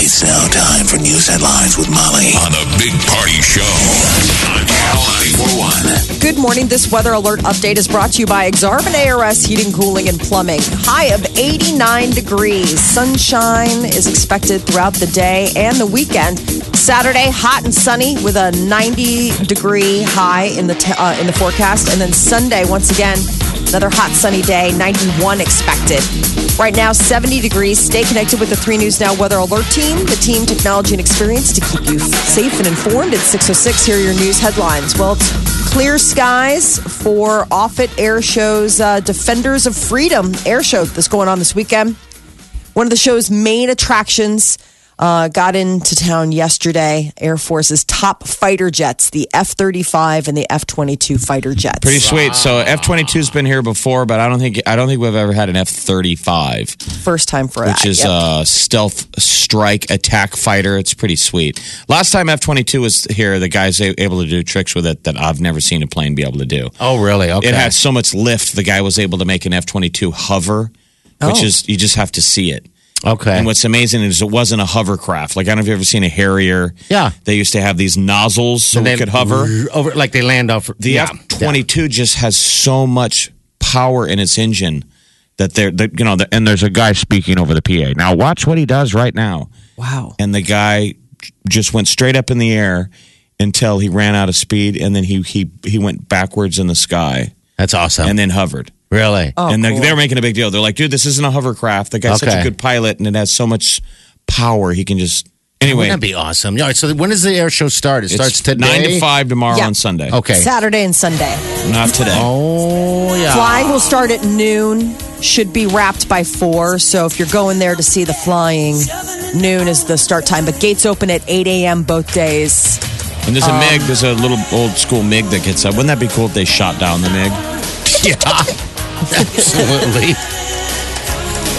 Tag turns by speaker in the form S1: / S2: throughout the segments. S1: It's now time for news headlines with Molly on a big party show on Channel 941.
S2: Good morning. This weather alert update is brought to you by Exarban ARS Heating, Cooling, and Plumbing. High of 89 degrees. Sunshine is expected throughout the day and the weekend. Saturday, hot and sunny with a 90 degree high in the te- uh, in the forecast, and then Sunday once again another hot sunny day. 91 expected. Right now, 70 degrees. Stay connected with the Three News Now Weather Alert Team, the team technology and experience to keep you safe and informed. At 6:06, here are your news headlines. Well. It's Clear skies for Off It Air Show's uh, Defenders of Freedom air show that's going on this weekend. One of the show's main attractions uh, got into town yesterday. Air Force's top fighter jets, the F 35 and the F 22 fighter jets.
S3: Pretty sweet. So F twenty two's been here before, but I don't think I don't think we've ever had an F thirty five,
S2: First time for
S3: which
S2: that.
S3: is uh,
S2: Yep.
S3: a stealth strike attack fighter. It's pretty sweet. Last time F twenty two was here, the guys a- able to do tricks with it that I've never seen a plane be able to do.
S4: Oh, really? Okay.
S3: It had so much lift, the guy was able to make an F twenty two hover, which
S2: Oh.
S3: is you just have to see it.
S4: okay.
S3: And what's amazing is it wasn't a hovercraft. Like I don't know if you've ever seen a Harrier.
S4: Yeah.
S3: They used to have these nozzles so
S4: And
S3: it
S4: they-
S3: could hover.
S4: over like they land off
S3: The
S4: yeah.
S3: F twenty two just has so much power in its engine that they're that, you know the, and there's a guy speaking over the PA. Now watch what he does right now.
S2: wow.
S3: And the guy j- just went straight up in the air until he ran out of speed, and then he he he went backwards in the sky
S4: That's awesome.
S3: and then hovered.
S4: really?
S2: Oh,
S3: and
S2: cool.
S3: they, they're making a big deal. They're like, dude, this isn't a hovercraft. The guy's such
S4: Okay.
S3: a good pilot, and it has so much power. He can just anyway.
S4: Wouldn't that be awesome? Yeah, All right. So when does the air show start? It
S3: it's
S4: starts today.
S3: nine to five tomorrow
S2: Yeah.
S3: on Sunday.
S4: Okay.
S2: Saturday and Sunday.
S3: not today.
S4: Oh yeah.
S2: Flying will start at noon, should be wrapped by four. So if you're going there to see the flying, noon is the start time. But gates open at 8 a.m. both days.
S3: And there's a
S2: Um,
S3: MiG, there's a little old school MiG that gets up. Wouldn't that be cool if they shot down the MiG?
S4: Yeah. Absolutely.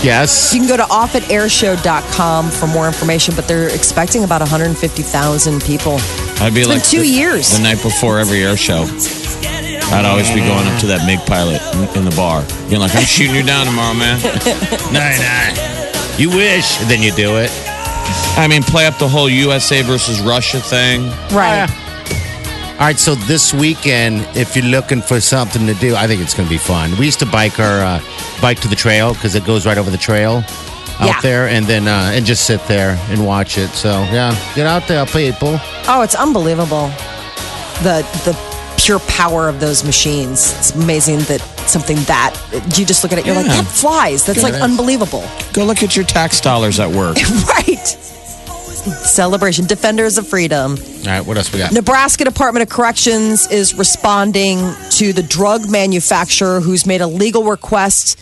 S4: yes.
S2: You can go to offitairshow.com for more information, but they're expecting about 150,000 people.
S3: I'd be
S2: It's been
S3: like
S2: two
S3: the-
S2: years.
S3: The night before every air show, I'd always be going up to that MiG pilot in, in the bar, being like, "I'm shooting you down tomorrow, man."
S4: Nine nine. You wish, then you do it.
S3: I mean, play up the whole USA versus Russia thing.
S2: Right.
S4: All right, so this weekend, if you're looking for something to do, I think it's going to be fun. We used to bike our uh, bike to the trail because it goes right over the trail out
S2: Yeah.
S4: there, and then uh, and just sit there and watch it. So yeah, get out there, people.
S2: Oh, it's unbelievable. The the pure power of those machines. It's amazing that something that you just look at it, you're
S3: Yeah.
S2: like, that flies. That's like
S4: Goodness.
S2: unbelievable.
S3: Go look at your tax dollars at work.
S2: right. Celebration, Defenders of Freedom.
S4: All right, what else we got?
S2: Nebraska Department of Corrections is responding to the drug manufacturer who's made a legal request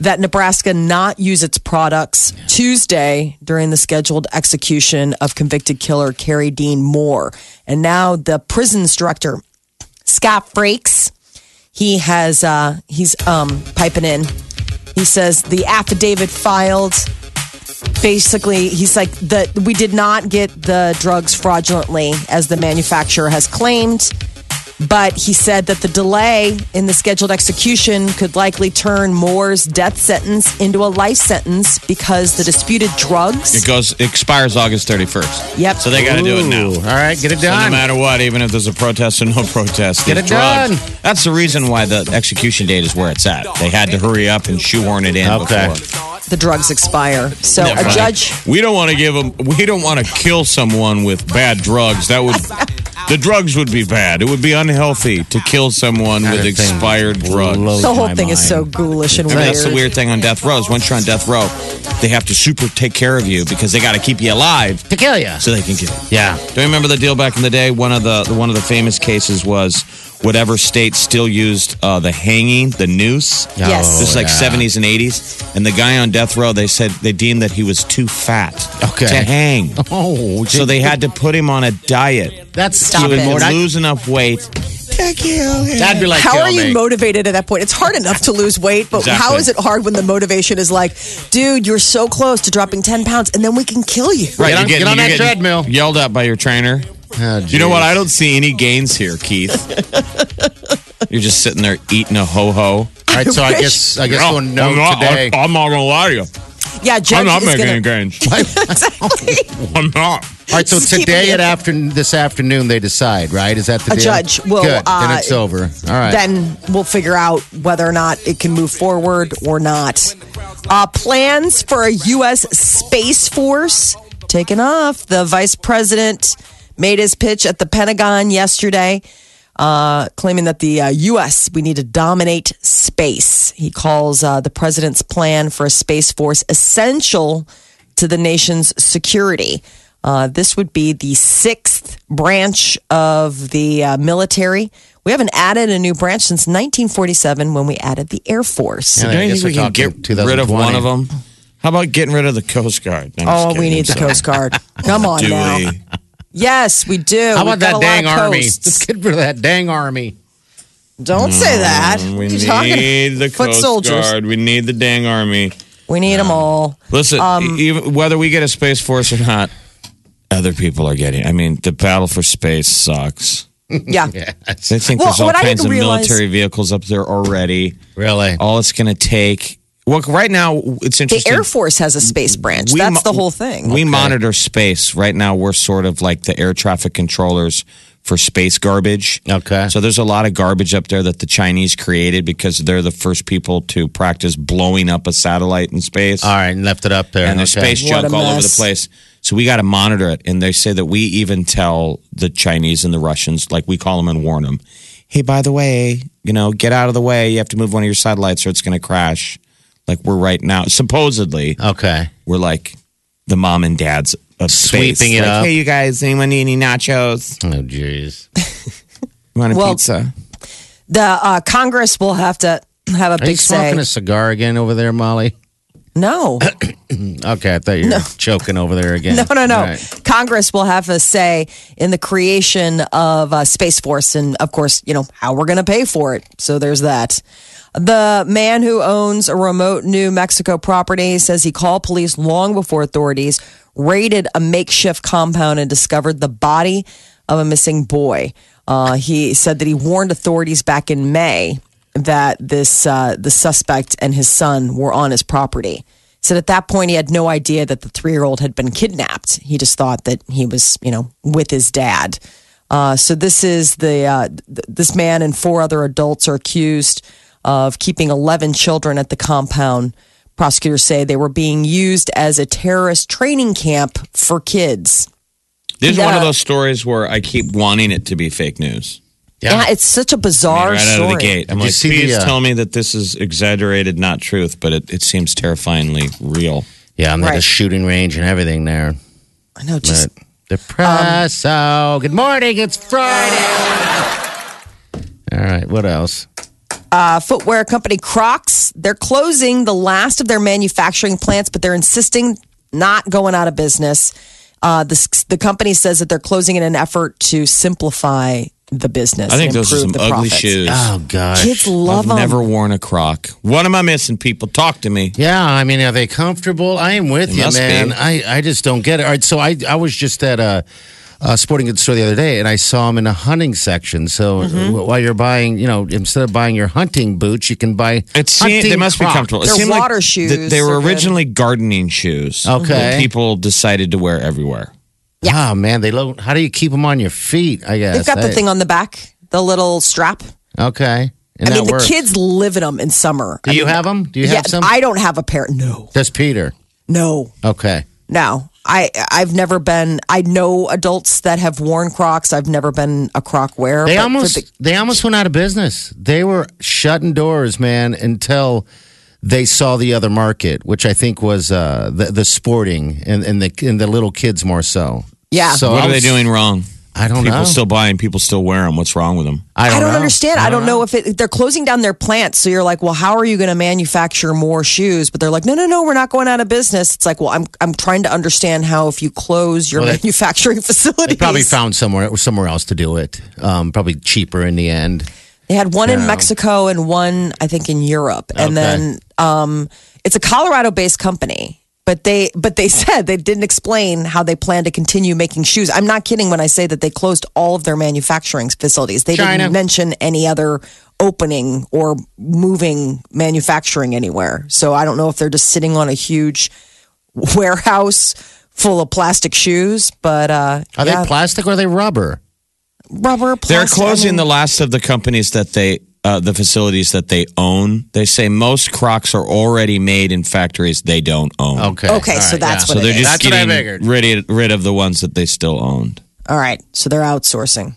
S2: that Nebraska not use its products Tuesday during the scheduled execution of convicted killer Carrie Dean Moore. And now the prisons director, Scott Frakes, he has uh, he's um, piping in. He says the affidavit filed basically he's like the we did not get the drugs fraudulently as the manufacturer has claimed but he said that the delay in the scheduled execution could likely turn Moore's death sentence into a life sentence because the disputed drugs
S3: It goes it expires August 31st.
S2: Yep.
S3: So they got to do it now.
S4: Ooh, all right, get it
S3: So
S4: done.
S3: no matter what, even if there's a protest or no protest,
S4: Get
S3: these
S4: it
S3: drugs-
S4: done.
S3: That's the reason why the execution date is where it's at. They had to hurry up and shoehorn it in
S4: Okay.
S3: before.
S2: the drugs expire so a
S3: Right.
S2: judge
S3: We don't want to give them. We don't want to kill someone with bad drugs. That would. The drugs would be bad. It would be unhealthy to kill someone
S4: That
S3: with
S4: thing
S3: expired drugs.
S4: blows
S2: the whole
S4: my
S2: thing is so
S4: mind.
S2: ghoulish and
S3: I mean,
S2: weird
S3: that's the weird thing on death rows. Once you're on death row, they have to super take care of you because they got to keep you alive
S4: to kill you.
S3: so they can get.
S4: yeah,
S3: Do you remember the deal back in the day? One of the one of the famous cases was whatever state still used uh, the hanging, the noose.
S2: Yes.
S3: This is like
S4: Oh, yeah.
S3: 70s and 80s. And the guy on death row, they said they deemed that he was too fat
S4: Okay.
S3: to hang.
S4: Oh,
S3: So they had to put him on a diet.
S4: that's
S2: Stop
S4: even
S2: it.
S4: more.
S3: Would
S4: That,
S3: lose enough weight.
S4: that'd be like
S2: how
S4: kill
S2: are you
S4: me.
S2: motivated at that point? It's hard enough to lose weight, but
S3: Exactly.
S2: how is it hard when the motivation is like, dude, you're so close to dropping 10 pounds and then we can kill you?
S3: Right,
S4: Get on-
S3: you're
S4: get on
S3: you're
S4: that
S3: getting
S4: treadmill.
S3: Yelled at by your trainer.
S4: Oh,
S3: You know what?
S4: geez.
S3: I don't see any gains here, Keith. You're just sitting there eating a ho ho.
S4: All right, so I
S2: wish-
S4: guess I guess
S3: No,
S4: going no
S3: I'm not,
S4: today.
S3: I, am not gonna lie to you.
S2: Yeah, Judge
S3: I'm not
S2: is
S3: making
S2: gonna,
S3: any gains.
S2: Exactly.
S3: I'm not.
S4: All right, so
S2: Just keeping
S4: today
S2: it-
S4: at after this afternoon they decide, right? Is that the
S2: A
S4: deal?
S2: judge will,
S4: Good.
S2: uh,
S4: then it's over. All right.
S2: Then we'll figure out whether or not it can move forward or not. Uh, plans for a U.S. Space Force taken off. The vice president made his pitch at the Pentagon yesterday, uh, claiming that the uh, U.S., we need to dominate space. He calls uh, the president's plan for a Space Force essential to the nation's security. Uh, this would be the sixth branch of the uh, military. We haven't added a new branch since 1947 when we added the Air Force.
S4: Yeah,
S3: Do
S4: I
S3: you
S4: guess
S3: think we
S4: we're
S3: can get
S4: talking
S3: rid of
S4: 2020.
S3: one of them? How about getting rid of the Coast Guard? No, I'm just
S2: Oh, we
S3: kidding.
S2: need the
S3: I'm
S2: Coast Guard. Come on
S3: sorry. Do
S2: now.
S3: we?
S2: Yes, we do.
S4: How
S2: We've
S4: about
S2: got a
S4: that
S2: lot
S4: dang
S2: of
S4: army?
S2: coasts.
S4: Let's get rid of that dang army.
S2: Don't say that. What
S3: Mm, We
S2: are you talking-
S3: need the
S2: foot
S3: Coast
S2: soldiers.
S3: Guard. We need the dang army.
S2: We need them all.
S3: Listen,
S2: Um,
S3: e- even, whether we get a space force or not, other people are getting. it. I mean, the battle for space sucks.
S2: Yeah.
S3: They think
S2: Well,
S3: there's all
S2: what I
S3: kinds of
S2: didn't realize-
S3: military vehicles up there already.
S4: Really?
S3: All it's going to take. Well, right now it's
S2: The
S3: interesting.
S2: Air Force has a space branch.
S3: We
S2: That's the
S3: mo-
S2: whole thing.
S3: We monitor space. Right now, we're sort of like the air traffic controllers for space garbage.
S4: Okay.
S3: So there's a lot of garbage up there that the Chinese created because they're the first people to practice blowing up a satellite in space.
S4: All right, and left it up there.
S3: and there's
S4: okay.
S3: space
S2: What
S3: junk
S2: a
S3: all over the
S2: mess.
S3: place. So we got to monitor it. And they say that we even tell the Chinese and the Russians, like we call them and warn them, hey, by the way, you know, get out of the way. You have to move one of your satellites or it's going to crash. Like we're right now, supposedly
S4: Okay.
S3: we're like the mom and dads of space.
S4: Sweeping it
S3: like,
S4: up.
S3: Hey, you guys, anyone need any nachos?
S4: Oh, jeez.
S3: Want a
S2: Well,
S3: pizza?
S2: the uh, Congress will have to have a
S4: Are you
S2: big say.
S4: smoking a cigar again over there, Molly?
S2: no.
S4: Okay, I thought you were choking over there again.
S2: No, no, no.
S4: All right.
S2: Congress will have a say in the creation of uh, Space Force and, of course, you know, how we're going to pay for it. So there's that. The man who owns a remote New Mexico property says he called police long before authorities raided a makeshift compound and discovered the body of a missing boy. Uh, he said that he warned authorities back in May that this uh, the suspect and his son were on his property. Said at that point he had no idea that the three year old had been kidnapped. He just thought that he was, you know, with his dad. Uh, so this is the uh, th- this man and four other adults are accused of keeping eleven children at the compound. Prosecutors say they were being used as a terrorist training camp for kids.
S3: This is one of
S2: yeah.
S3: those stories where I keep wanting it to be fake news.
S4: Yeah.
S2: Yeah, it's such a
S3: I
S2: bizarre
S3: mean, right
S2: story.
S3: out of the gate. I'm
S4: Did you
S3: like,
S4: see the,
S3: please
S4: uh,
S3: tell me that this is exaggerated, not truth, but it, it seems terrifyingly real.
S4: yeah, I'm at a
S2: Right.
S4: shooting range and everything there.
S2: I know, just um,
S4: But depresso. Good morning. It's Friday. All right. What else?
S2: footwear company Crocs. They're closing the last of their manufacturing plants, but they're insisting not going out of business. Uh, this, the company says that they're closing in an effort to simplify the business.
S3: I think
S2: and
S3: those are some
S2: improve
S3: ugly
S2: the profits.
S3: shoes.
S4: Oh gosh.
S2: Kids love
S3: I've
S2: them.
S3: never worn a croc. What am I missing, people? Talk to me.
S4: Yeah, I mean, are they comfortable? I am with
S3: They
S4: you,
S3: must
S4: man.
S3: be.
S4: I, I just don't get it. All right, so I I was just at a, a sporting goods store the other day, and I saw them in a hunting section. So
S2: Mm-hmm.
S4: wh- while you're buying, you know, instead of buying your hunting boots, you can buy.
S3: It seemed,
S4: hunting
S3: they must
S4: Crocs.
S3: be comfortable. It
S2: They're
S3: seemed
S2: water
S3: th-
S2: shoes.
S3: they were
S2: They're good.
S3: originally gardening shoes.
S4: Okay.
S3: that people decided to wear everywhere.
S4: Yeah, man, they look. How do you keep them on your feet? I guess
S2: They've got the
S4: I-
S2: thing on the back, the little strap.
S4: Okay, and
S2: I
S4: that
S2: mean,
S4: works.
S2: the kids live in them in summer.
S4: Do
S2: I
S4: you
S2: mean,
S4: have them? Do you
S2: yeah,
S4: have some?
S2: I don't have a pair. No,
S4: That's Peter.
S2: no,
S4: Okay.
S2: no. I I've never been. I know adults that have worn Crocs. I've never been a Croc wearer.
S4: They
S2: but for
S4: almost
S2: the-
S4: they almost went out of business. They were shutting doors, man, until they saw the other market, which I think was uh, the the sporting and, and the and the little kids more so.
S2: Yeah.
S4: So
S3: What
S4: I
S3: are they
S4: was-
S3: doing wrong?
S4: I don't
S3: People
S4: know.
S3: still buy them. People still wear them. What's wrong with them?
S4: I don't,
S2: I don't
S4: know.
S2: understand. I don't, know. if it, they're closing down their plants. So you're like, well, how are you going to manufacture more shoes? But they're like, no, no, no, we're not going out of business. It's like, well, I'm I'm trying to understand how if you close your
S4: Well, they-
S2: manufacturing
S4: They
S2: facility,
S4: probably found somewhere somewhere else to do it. Um, probably cheaper in the end.
S2: They had one in Mexico and one, I think, in Europe. And
S4: Okay.
S2: then um, it's a Colorado-based company, but they but they said they didn't explain how they plan to continue making shoes. I'm not kidding when I say that they closed all of their manufacturing facilities. They
S4: China.
S2: didn't mention any other opening or moving manufacturing anywhere. So I don't know if they're just sitting on a huge warehouse full of plastic shoes, but uh,
S4: Are
S2: yeah,
S4: they plastic or are they rubber?
S2: rubber. Plastic,
S3: They're
S2: I
S3: closing
S2: mean-
S3: the last of the companies that they, uh, the facilities that they own. They say most Crocs are already made in factories they don't own.
S4: Okay.
S2: Okay,
S4: All
S2: so
S4: right,
S2: that's
S4: yeah.
S2: what
S3: So
S2: it
S3: they're
S2: is.
S3: just
S4: That's what I
S3: getting
S4: figured.
S3: rid, rid of the ones that they still owned.
S2: All right, so they're outsourcing.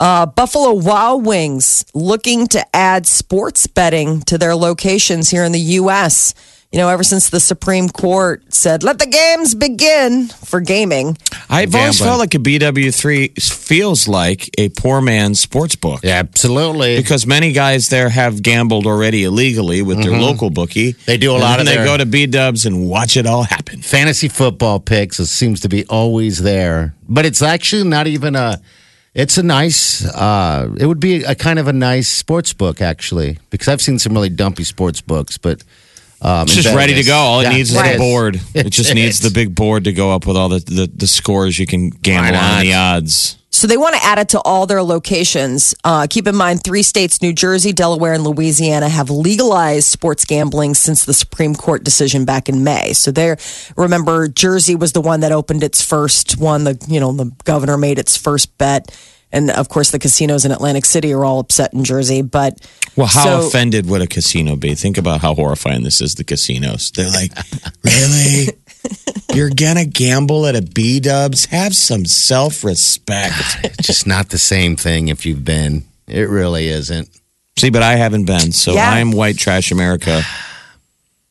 S2: Uh, Buffalo Wild Wings looking to add sports betting to their locations here in the U.S. You know, ever since the Supreme Court said, let the games begin for gaming.
S3: I've always
S4: Gambling.
S3: felt like a BW3 feels like a poor man's sports book.
S4: Yeah, absolutely.
S3: Because many guys there have gambled already illegally with their local bookie.
S4: They do a
S3: and
S4: lot of
S3: then they
S4: their-
S3: go to B Dubs and watch it all happen.
S4: fantasy football picks it seems to be always there but it's actually not even a it's a nice uh it would be a kind of a nice sports book actually because i've seen some really dumpy sports books but um
S3: It's
S4: in
S3: just ready to
S4: Vegas-
S3: go. All it
S4: Yeah,
S3: needs is
S4: it
S3: the board. It just needs the big board to go up with all the, the, the scores you can gamble
S4: Why
S3: on
S4: not?
S3: and the odds.
S2: So they want to add it to all their locations. Uh, keep in mind, three states, New Jersey, Delaware, and Louisiana, have legalized sports gambling since the Supreme Court decision back in May. So there, remember, Jersey was the one that opened its first one. The you know the governor made its first bet, and of course the casinos in Atlantic City are all upset in Jersey. But
S3: Well, how
S2: so-
S3: offended would a casino be? Think about how horrifying this is. The casinos. They're like, really? You're gonna gamble at a B Dubs? Have some self respect.
S4: it's just not the same thing if you've been it really isn't
S3: See, but I haven't been, so
S2: Yeah.
S3: I'm white trash America.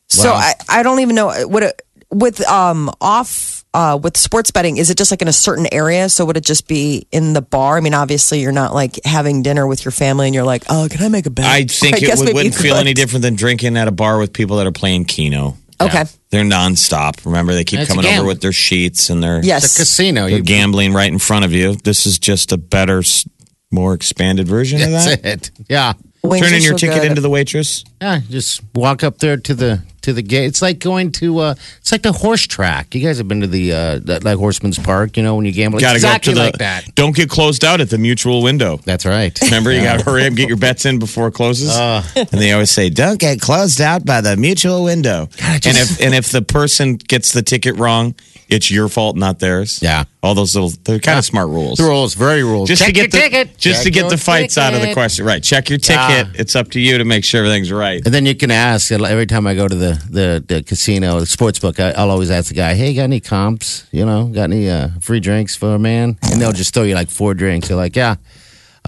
S2: So I, I don't even know what it, with um off uh with sports betting is it just like in a certain area? So would it just be in the bar? I mean, obviously you're not like having dinner with your family and you're like, oh, can I make a bet?
S3: I think it
S2: guess
S3: would,
S2: maybe
S3: wouldn't
S2: you
S3: feel
S2: could.
S3: any different than drinking at a bar with people that are playing Keno.
S2: Okay.
S3: They're nonstop. Remember, they keep
S4: It's a
S3: coming over
S4: gamble.
S3: with their sheets and their
S2: Yes.
S4: it's a casino
S3: They're
S4: you
S3: gambling right in front of you. This is just a better, s- more expanded version of
S4: that's
S3: that.
S4: it yeah
S2: Wings
S3: Turning
S2: are
S3: your
S2: so
S3: ticket
S2: good.
S3: into the waitress.
S4: yeah just walk up there to the to the gate it's like going to uh it's like the horse track you guys have been to the uh that, like horseman's park you know when you gamble
S3: Gotta
S4: exactly
S3: go up
S4: like
S3: to the.
S4: that
S3: Don't get closed out at the mutual window.
S4: that's right
S3: Remember, you got to hurry up, get your bets in before it closes.
S4: Uh.
S3: and they always say, "Don't get closed out by the mutual window." and if and if the person gets the ticket wrong, it's your fault, not theirs.
S4: Yeah.
S3: all those little they're kind of smart rules.
S4: The rules, very rules.
S3: Just to
S4: Check
S3: get
S4: your
S3: the
S4: ticket.
S3: just
S4: Check
S3: to get
S4: your Ah.
S3: the fights out of the
S4: ticket.
S3: question, right? Check your ticket. It's up to you to make sure everything's right.
S4: And then you can ask uh, every time I go to the the, the casino, the sports book. I, I'll always ask the guy, "Hey, got any comps? You know, got any uh, free drinks for a man?" And they'll just throw you like four drinks. You're like, "Yeah,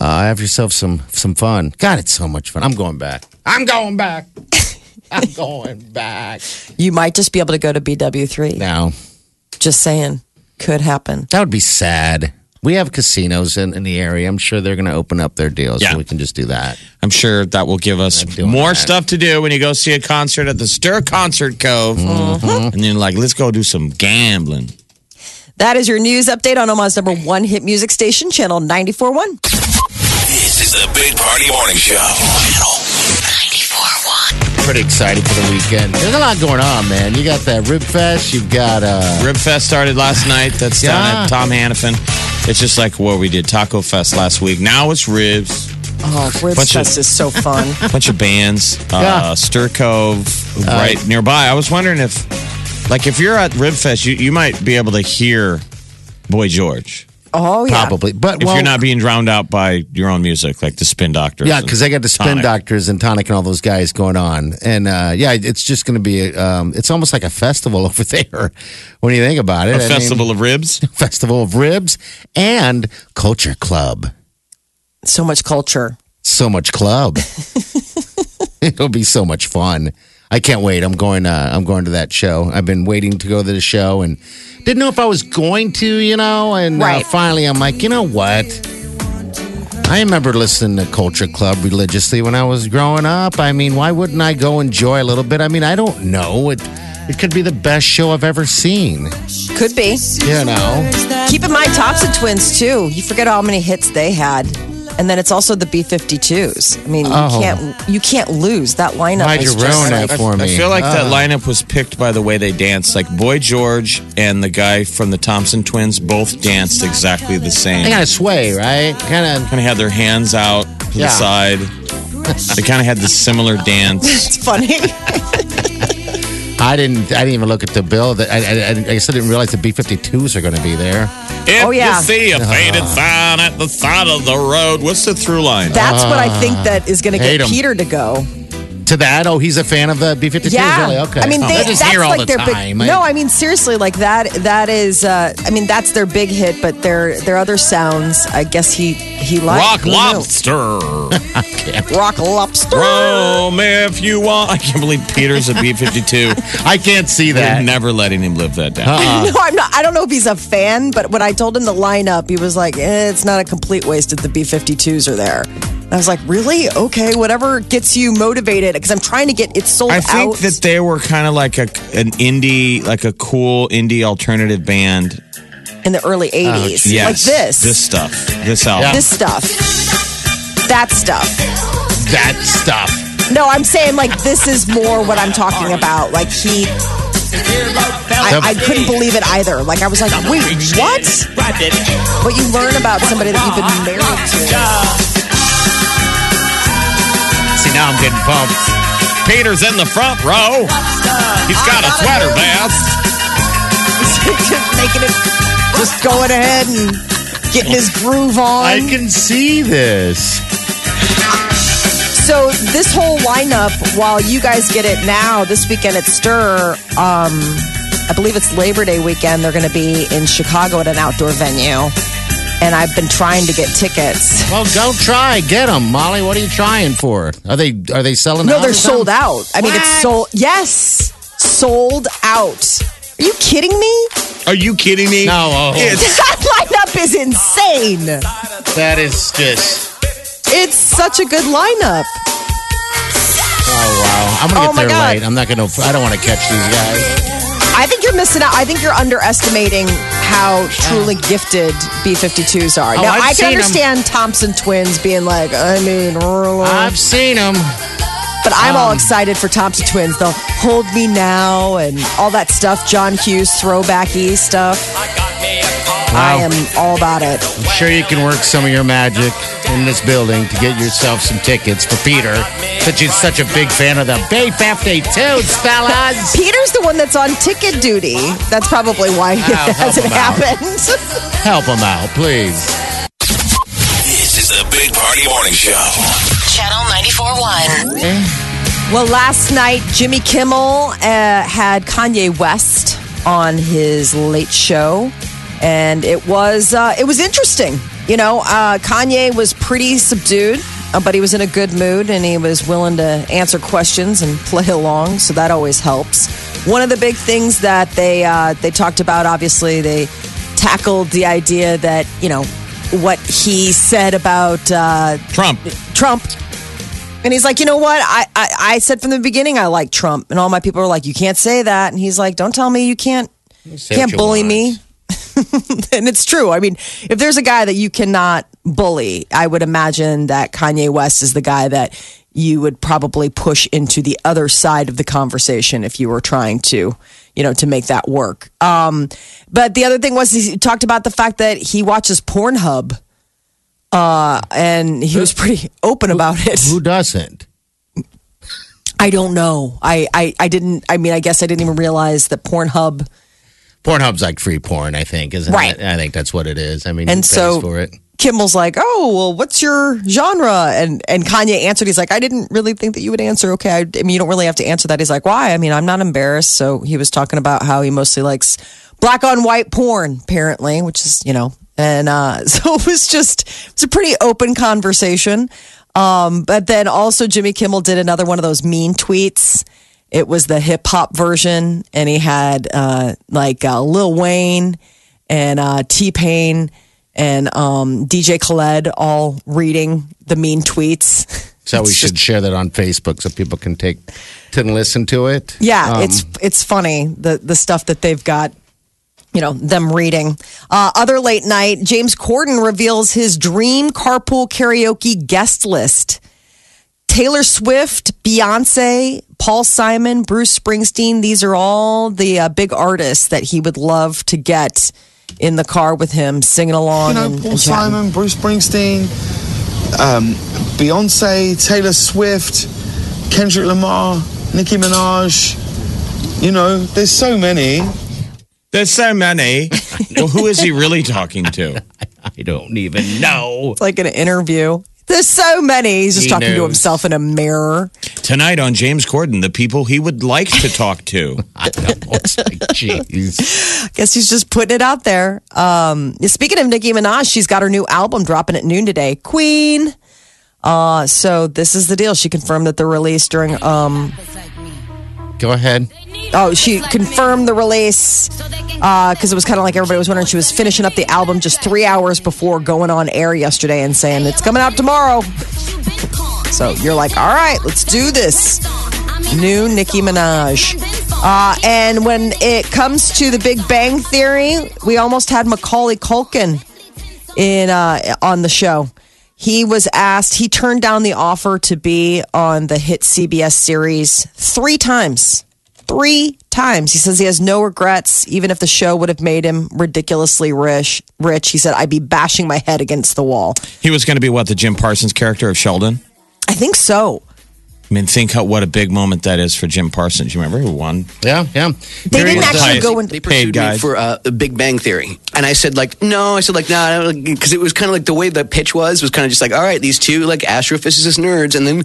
S4: uh, have yourself some some fun." God, it's so much fun. I'm going back. I'm going back. I'm going back
S2: You might just be able to go to BW3.
S4: now.
S2: Just saying. Could happen.
S4: That would be sad. We have casinos in, in the area. I'm sure they're going to open up their deals,
S3: Yeah.
S4: so we can just do that.
S3: I'm sure that will give us
S4: doing
S3: more
S4: that.
S3: stuff to do when you go see a concert at the Stir Concert Cove,
S4: Mm-hmm.
S3: Uh-huh. and then like let's go do some gambling.
S2: That is your news update on Omaha's number one hit music station, Channel 941.
S1: This is the Big Party Morning Show. Channel 94.1.
S4: pretty excited for the weekend. There's a lot going on, man. You got that Rib Fest. You've got uh,
S3: Ribfest started last night. That's down
S4: Yeah.
S3: at Tom Hannafin. It's just like what we did Taco Fest last week. Now it's ribs,
S2: Oh, Ribs
S3: Bunch of-
S2: Fest is so fun.
S3: a bunch of bands, uh,
S4: Yeah. Uh,
S3: Stir Cove right nearby. I was wondering if, like, if you're at Ribfest, you, you might be able to hear Boy George
S2: Oh, yeah.
S4: probably, but
S3: if
S4: well,
S3: you're not being drowned out by your own music, like the Spin Doctors.
S4: yeah, because they got the spin
S3: Tonic.
S4: doctors and tonic and all those guys going on, and uh, yeah, it's just going to be. Um, it's almost like a festival over there when you think about it.
S3: a
S4: I mean,
S3: festival of ribs.
S4: festival of ribs and culture club.
S2: So much culture.
S4: So much club. It'll be so much fun. I can't wait. I'm going. Uh, I'm going to that show. I've been waiting to go to the show and didn't know if I was going to, you know. And
S2: Right.
S4: uh, finally, I'm like, you know what? I remember listening to Culture Club religiously when I was growing up. I mean, why wouldn't I go enjoy a little bit? I mean, I don't know. It it could be the best show I've ever seen.
S2: Could be.
S4: You know.
S2: Keep in mind, Thompson Twins too. You forget how many hits they had, and then it's also the B-52s. I mean, you
S4: Oh.
S2: can't you can't lose that lineup.
S4: Why'd
S2: is
S4: you
S2: just
S4: ruin
S2: like-
S4: it for
S3: I
S4: me?
S3: feel like that
S4: Uh.
S3: lineup was picked by the way they danced. Like Boy George and the guy from the Thompson Twins both danced exactly the same.
S4: They kind
S3: Kind
S4: of sway, right? Kind of.
S3: of had their hands out to the
S4: Yeah.
S3: side. They kind of had the similar dance.
S2: It's funny.
S4: I didn't. I didn't even look at the bill. That I, I, I guess I didn't realize the B-52s are going to be there.
S3: If
S2: Oh, yeah.
S3: you see a faded sign at the side of the road, what's the through line?
S2: That's what I think that is going to
S4: Ah. Hate
S2: get
S4: 'em.
S2: Peter to go.
S4: To that, oh, he's a fan of the B-52s.
S2: Yeah,
S4: really? Okay.
S2: I mean,
S4: Oh,
S2: they,
S4: I just
S2: that's
S4: hear all
S2: like
S4: the
S2: their
S4: time.
S2: big. No, I mean seriously, like that. That is, uh, I mean, that's their big hit. But their their other sounds, I guess he he liked.
S3: Rock
S2: Who knew?
S3: lobster.
S2: Rock lobster.
S3: Rome if you want. I can't believe Peter's a B 52.
S4: I can't see
S3: They're
S4: that.
S3: never letting him live that down.
S2: no, I'm not. I don't know if he's a fan, but when I told him the lineup, he was like, eh, "It's not a complete waste if the B52s are there." And I was like, "Really? Okay, whatever gets you motivated." Because I'm trying to get it sold
S3: I think
S2: out.
S3: that they were kind of like a an indie, like a cool indie alternative band.
S2: in the early 80s.
S3: Oh, Yes,
S2: Like this.
S3: this stuff, this album.
S2: This stuff. That stuff.
S4: That stuff.
S2: No, I'm saying like this is more what I'm talking about. Like he I, I couldn't believe it either. Like I was like, wait, what? What you learn about somebody that you've been married to.
S4: See, now I'm getting pumped.
S3: Peter's in the front row. He's got a sweater vest.
S2: just making it just going ahead and getting his groove on.
S4: I can see this.
S2: So this whole lineup, while you guys get it now, this weekend at Stir, um, I believe it's Labor Day weekend. They're going to be in Chicago at an outdoor venue, and I've been trying to get tickets.
S4: Well, go try. Get them, Molly. What are you trying for? Are they Are they selling?
S2: No,
S4: out
S2: they're
S4: or something?
S2: sold out. I mean, it's sold. Yes, sold out. Are you kidding me?
S3: Are you kidding me?
S4: No, oh,
S3: It's-
S2: that lineup is insane.
S4: that is just.
S2: It's such a good lineup.
S4: Oh wow! I'm gonna
S2: Oh,
S4: get
S2: my
S4: there
S2: God.
S4: late. I'm not gonna. I don't want to catch these guys.
S2: I think you're missing out. I think you're underestimating how truly gifted B-52s are.
S4: Oh,
S2: now,
S4: I've
S2: I can
S4: seen 'em.
S2: understand Thompson twins being like, I mean, really?
S4: I've um, seen them.
S2: but I'm all excited for Thompson twins. They'll hold me now and all that stuff. John Hughes throwbacky stuff. I am all about it.
S4: I'm sure you can work some of your magic in this building to get yourself some tickets for Peter, since he's such a big fan of the Bay 52s, fellas.
S2: Peter's the one that's on ticket duty. That's probably why it
S4: I'll help
S2: hasn't
S4: him out.
S2: happened.
S4: Help him out, please.
S1: This is the Big Party Morning Show.
S5: Channel 94.1.
S2: Well, last night, Jimmy Kimmel uh, had Kanye West on his late show, and it was uh, it was interesting. You know, uh, Kanye was pretty subdued, uh, but he was in a good mood, and he was willing to answer questions and play along, so that always helps. One of the big things that they uh, they talked about, obviously, they tackled the idea that you know what he said about uh,
S3: Trump.
S2: Trump. And he's like, you know what? I, I, I said from the beginning I like Trump. And all my people are like, you can't say that. And he's like, don't tell me you can't
S4: Say
S2: can't
S4: what you
S2: bully
S4: want.
S2: me. and it's true. I mean, if there's a guy that you cannot bully, I would imagine that Kanye West is the guy that you would probably push into the other side of the conversation if you were trying to, you know, to make that work. Um, but the other thing was he talked about the fact that he watches Pornhub. Uh, and he was pretty open about it.
S4: Who doesn't?
S2: I don't know. I, I, I didn't, I mean, I guess I didn't even realize that Pornhub.
S4: Pornhub's like free porn, I think, isn't
S2: Right.
S4: it? I think that's what it is. I mean,
S2: And
S4: who pays
S2: so-
S4: for it.
S2: Kimmel's like, oh, well, what's your genre? And and Kanye answered, he's like, I didn't really think that you would answer. Okay, I, I mean, you don't really have to answer that. He's like, why? I mean, I'm not embarrassed. So he was talking about how he mostly likes black on white porn, apparently, which is, you know, and uh, so it was just, it's a pretty open conversation. Um, but then also Jimmy Kimmel did another one of those mean tweets. It was the hip hop version, and he had uh, like uh, Lil Wayne and uh, T Pain and um, DJ Khaled all reading the mean tweets.
S4: So we should share that on Facebook so people can take to listen to it.
S2: Yeah,
S4: Um,
S2: it's it's funny the the stuff that they've got. You know them reading. Uh, other late night, James Corden reveals his dream carpool karaoke guest list. Taylor Swift, Beyonce, Paul Simon, Bruce Springsteen. These are all the uh, big artists that he would love to get in the car with him, singing along.
S6: You know,
S2: and-
S6: Paul
S2: and chatting.
S6: Simon, Bruce Springsteen, um, Beyonce, Taylor Swift, Kendrick Lamar, Nicki Minaj. You know, there's so many.
S3: There's so many. well, who is he really talking to?
S4: I don't even know.
S2: It's like an interview. There's so many. He's just
S4: He
S2: talking to
S4: knows.
S2: himself in a mirror.
S3: Tonight on James Corden, the people he would like to talk to.
S4: I know. It's like, jeez.
S2: guess he's just putting it out there. Um, speaking of Nicki Minaj, she's got her new album dropping at noon today. Queen. Uh, so this is the deal. She confirmed that the release during. Um,
S4: Go ahead.
S2: oh, she confirmed the release because it was kind of like everybody was wondering. She was finishing up the album just three hours before going on air yesterday and saying it's coming out tomorrow. So you're like, all right, let's do this. New Nicki Minaj. Uh, and when it comes to the Big Bang Theory, we almost had Macaulay Culkin in uh, on the show. He was asked. He turned down the offer to be on the hit CBS series three times. Three times. He says he has no regrets, even if the show would have made him ridiculously rich. Rich. He said, "I'd be bashing my head against the wall."
S3: He was going to be what the Jim Parsons character of Sheldon.
S2: I think so.
S3: I mean, think how what a big moment that is for Jim Parsons. You remember who won?
S4: Yeah, yeah.
S2: They
S4: During
S2: didn't
S4: the-
S2: actually
S3: highest-
S2: go into
S7: they pursued
S3: Paid
S7: me
S3: guys.
S7: for uh, a Big Bang Theory, and I said like no. I said like nah, because it was kind of like the way the pitch was was kind of just like all right, these two like astrophysicist nerds, and then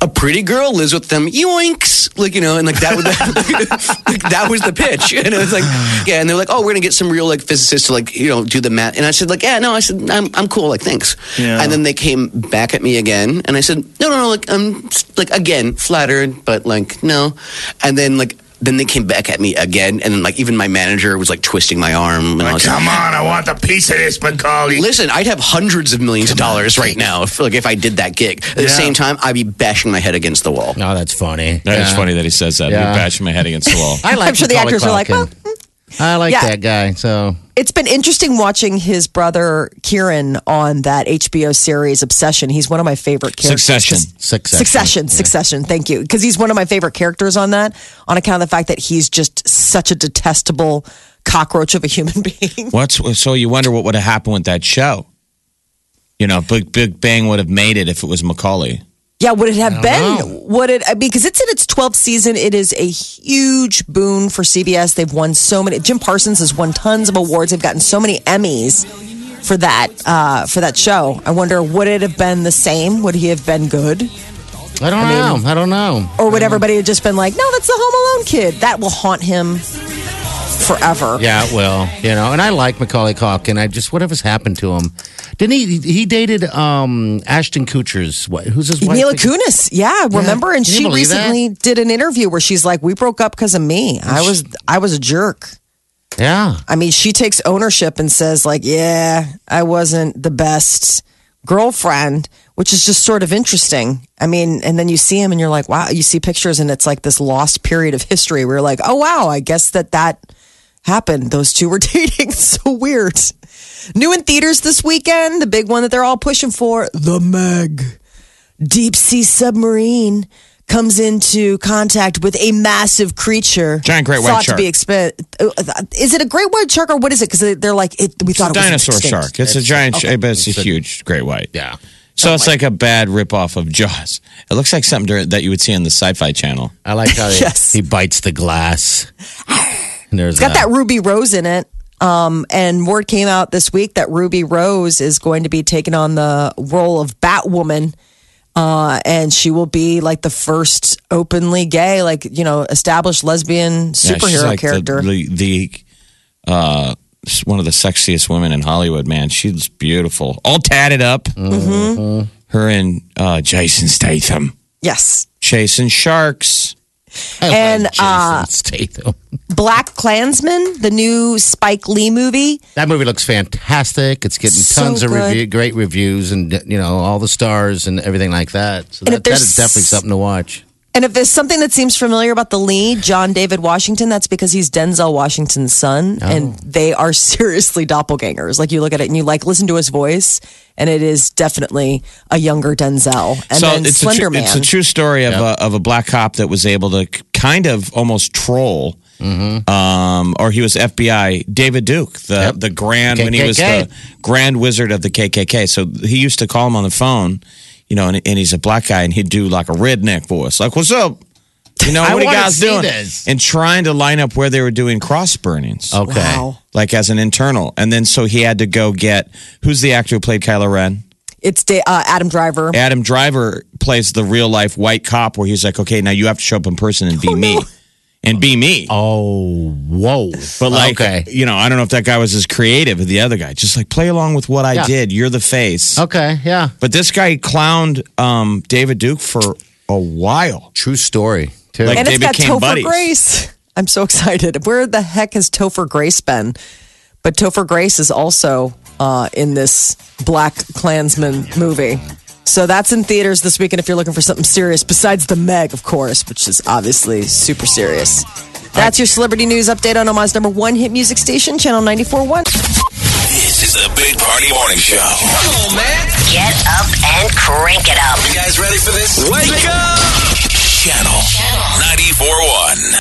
S7: a pretty girl lives with them. Yoinks! Like you know, and like that was the, like, that was the pitch, and it was like yeah, and they're like oh, we're gonna get some real like physicists to like you know do the math, and I said like yeah, no, I said I'm I'm cool, like thanks,
S6: Yeah.
S7: and then they came back at me again, and I said no, no, no, like I'm like again flattered, but like no, and then like then they came back at me again, and then like even my manager was like twisting my arm. And I was like,
S1: Oh, Come on, I want a piece of this, Macaulay.
S7: Listen, I'd have hundreds of millions of dollars right now if like if I did that gig. At the same time, I'd be bashing my head against the wall.
S4: Oh, that's funny.
S3: That is
S4: Yeah.
S3: funny that he says that.
S4: Yeah.
S3: He bashed my head against the wall.
S4: I like
S2: I'm sure the
S4: Macaulay
S2: actors are like, mm,
S4: Culkin. I like
S2: Yeah.
S4: that guy. So
S2: it's been interesting watching his brother Kieran on that HBO series Obsession. He's one of my favorite characters.
S3: Succession.
S4: Succession.
S2: Succession. Succession. Thank you. Because he's one of my favorite characters on that, on account of the fact that he's just such a detestable cockroach of a human being.
S3: What's so you wonder what would have happened with that show? You know, Big Big Bang would have made it if it was Macaulay.
S2: Yeah, would it have been? Would it I mean, because it's in its 12th season? It is a huge boon for CBS. They've won so many. Jim Parsons has won tons of awards. They've gotten so many Emmys for that uh, for that show. I wonder would it have been the same? Would he have been good,
S4: I don't know. I don't know.
S2: or would everybody have just been like, "No, that's the Home Alone kid. That will haunt him forever."
S4: Yeah, it will. You know, and I like Macaulay Culkin. I just whatever's happened to him. Didn't he? He dated um Ashton Kutcher's. What? Who's his wife?
S2: Mila Kunis, yeah, remember, and
S4: Can you
S2: she
S4: believe that?
S2: recently did an interview where she's like, "We broke up because of me. I was, I was a jerk."
S4: Yeah.
S2: I mean, she takes ownership and says, like, yeah, I wasn't the best girlfriend, which is just sort of interesting. I mean, and then you see him and you're like, wow, you see pictures and it's like this lost period of history where you're like, oh, wow, I guess that that happened. Those two were dating. so weird. New in theaters this weekend, the big one that they're all pushing for The Meg. Deep sea submarine comes into contact with a massive creature.
S3: Giant great
S2: thought
S3: white
S2: To be
S3: shark.
S2: expe- uh, is it a great white shark or what is it? Because they're like, it, we thought
S3: It's a
S2: it was
S3: dinosaur
S2: extinct.
S3: shark. It's a giant, sh but it's a huge great white.
S4: Yeah.
S3: So it's like a bad ripoff of Jaws. It looks like something dur- that you would see on the Sci-Fi Channel.
S4: I like how he,
S2: Yes.
S4: he bites the glass. And there's
S2: It's got that ruby rose in it. Um, and word came out this week that Ruby Rose is going to be taking on the role of Batwoman. Uh, and she will be like the first openly gay, like, you know, established lesbian
S3: Yeah,
S2: superhero
S3: she's like the-
S2: character.
S3: The, the, uh, s- one of the sexiest women in Hollywood. Man, she's beautiful, all tatted up.
S2: Mm-hmm.
S3: Her and uh, Jason Statham
S2: yes.
S3: chasing sharks.
S4: I love
S2: and
S4: Jason
S2: uh,
S4: Statham.
S2: Black Klansman, the new Spike Lee movie.
S4: That movie looks fantastic. It's getting
S2: So
S4: tons of
S2: good.
S4: review, great reviews, and you know all the stars and everything like that. So
S2: And
S4: that,
S2: if
S4: that
S2: there's-
S4: is definitely something to watch.
S2: And if there's something that seems familiar about the lead, John David Washington, that's because he's Denzel Washington's son,
S3: Oh.
S2: and they are seriously doppelgangers. Like you look at it and you like listen to his voice, and it is definitely a younger Denzel. And then
S3: it's, a
S2: Slender
S3: tru-
S2: Man.
S3: it's a true story of, a, of a black cop that was able to k- kind of almost troll, um, or he was FBI, David Duke, the,
S4: Mm-hmm. Yep.
S3: the grand, when he was
S4: KKK.
S3: the grand wizard of the KKK. So he used to call him on the phone, you know, and, and he's a black guy, and he'd do like a redneck voice, like, what's up? You know,
S4: I
S3: what are you
S4: wanna
S3: guys
S4: see
S3: doing?
S4: this. Oh.
S3: And trying to line up where they were doing cross burnings
S4: Okay,
S2: wow.
S3: like as an internal. And then so he had to go get who's the actor who played Kylo Ren?
S2: It's da- uh, Adam Driver.
S3: Adam Driver plays the real life white cop where he's like, okay, now you have to show up in person and be me. And be me.
S4: Oh, whoa!
S3: but like,
S4: okay,
S3: you know, I don't know if that guy was as creative as the other guy. Just like play along with what I
S4: Yeah.
S3: did. You're the face.
S4: okay, yeah,
S3: But this guy clowned um, David Duke for a while.
S4: true story. Too.
S3: Like-
S2: and it's
S3: they
S2: got
S3: became
S2: Topher
S3: buddies.
S2: Grace. I'm so excited. Where the heck has Topher Grace been? But Topher Grace is also uh, in this Black Klansman movie. So that's in theaters this weekend if you're looking for something serious, besides The Meg, of course, which is obviously super serious. That's your celebrity news update on Omaha's number one hit music station, Channel 94.1.
S1: This is the Big Party Morning Show. You
S5: Get up and crank it up.
S1: guys ready for this? Wake up! Channel 94.1.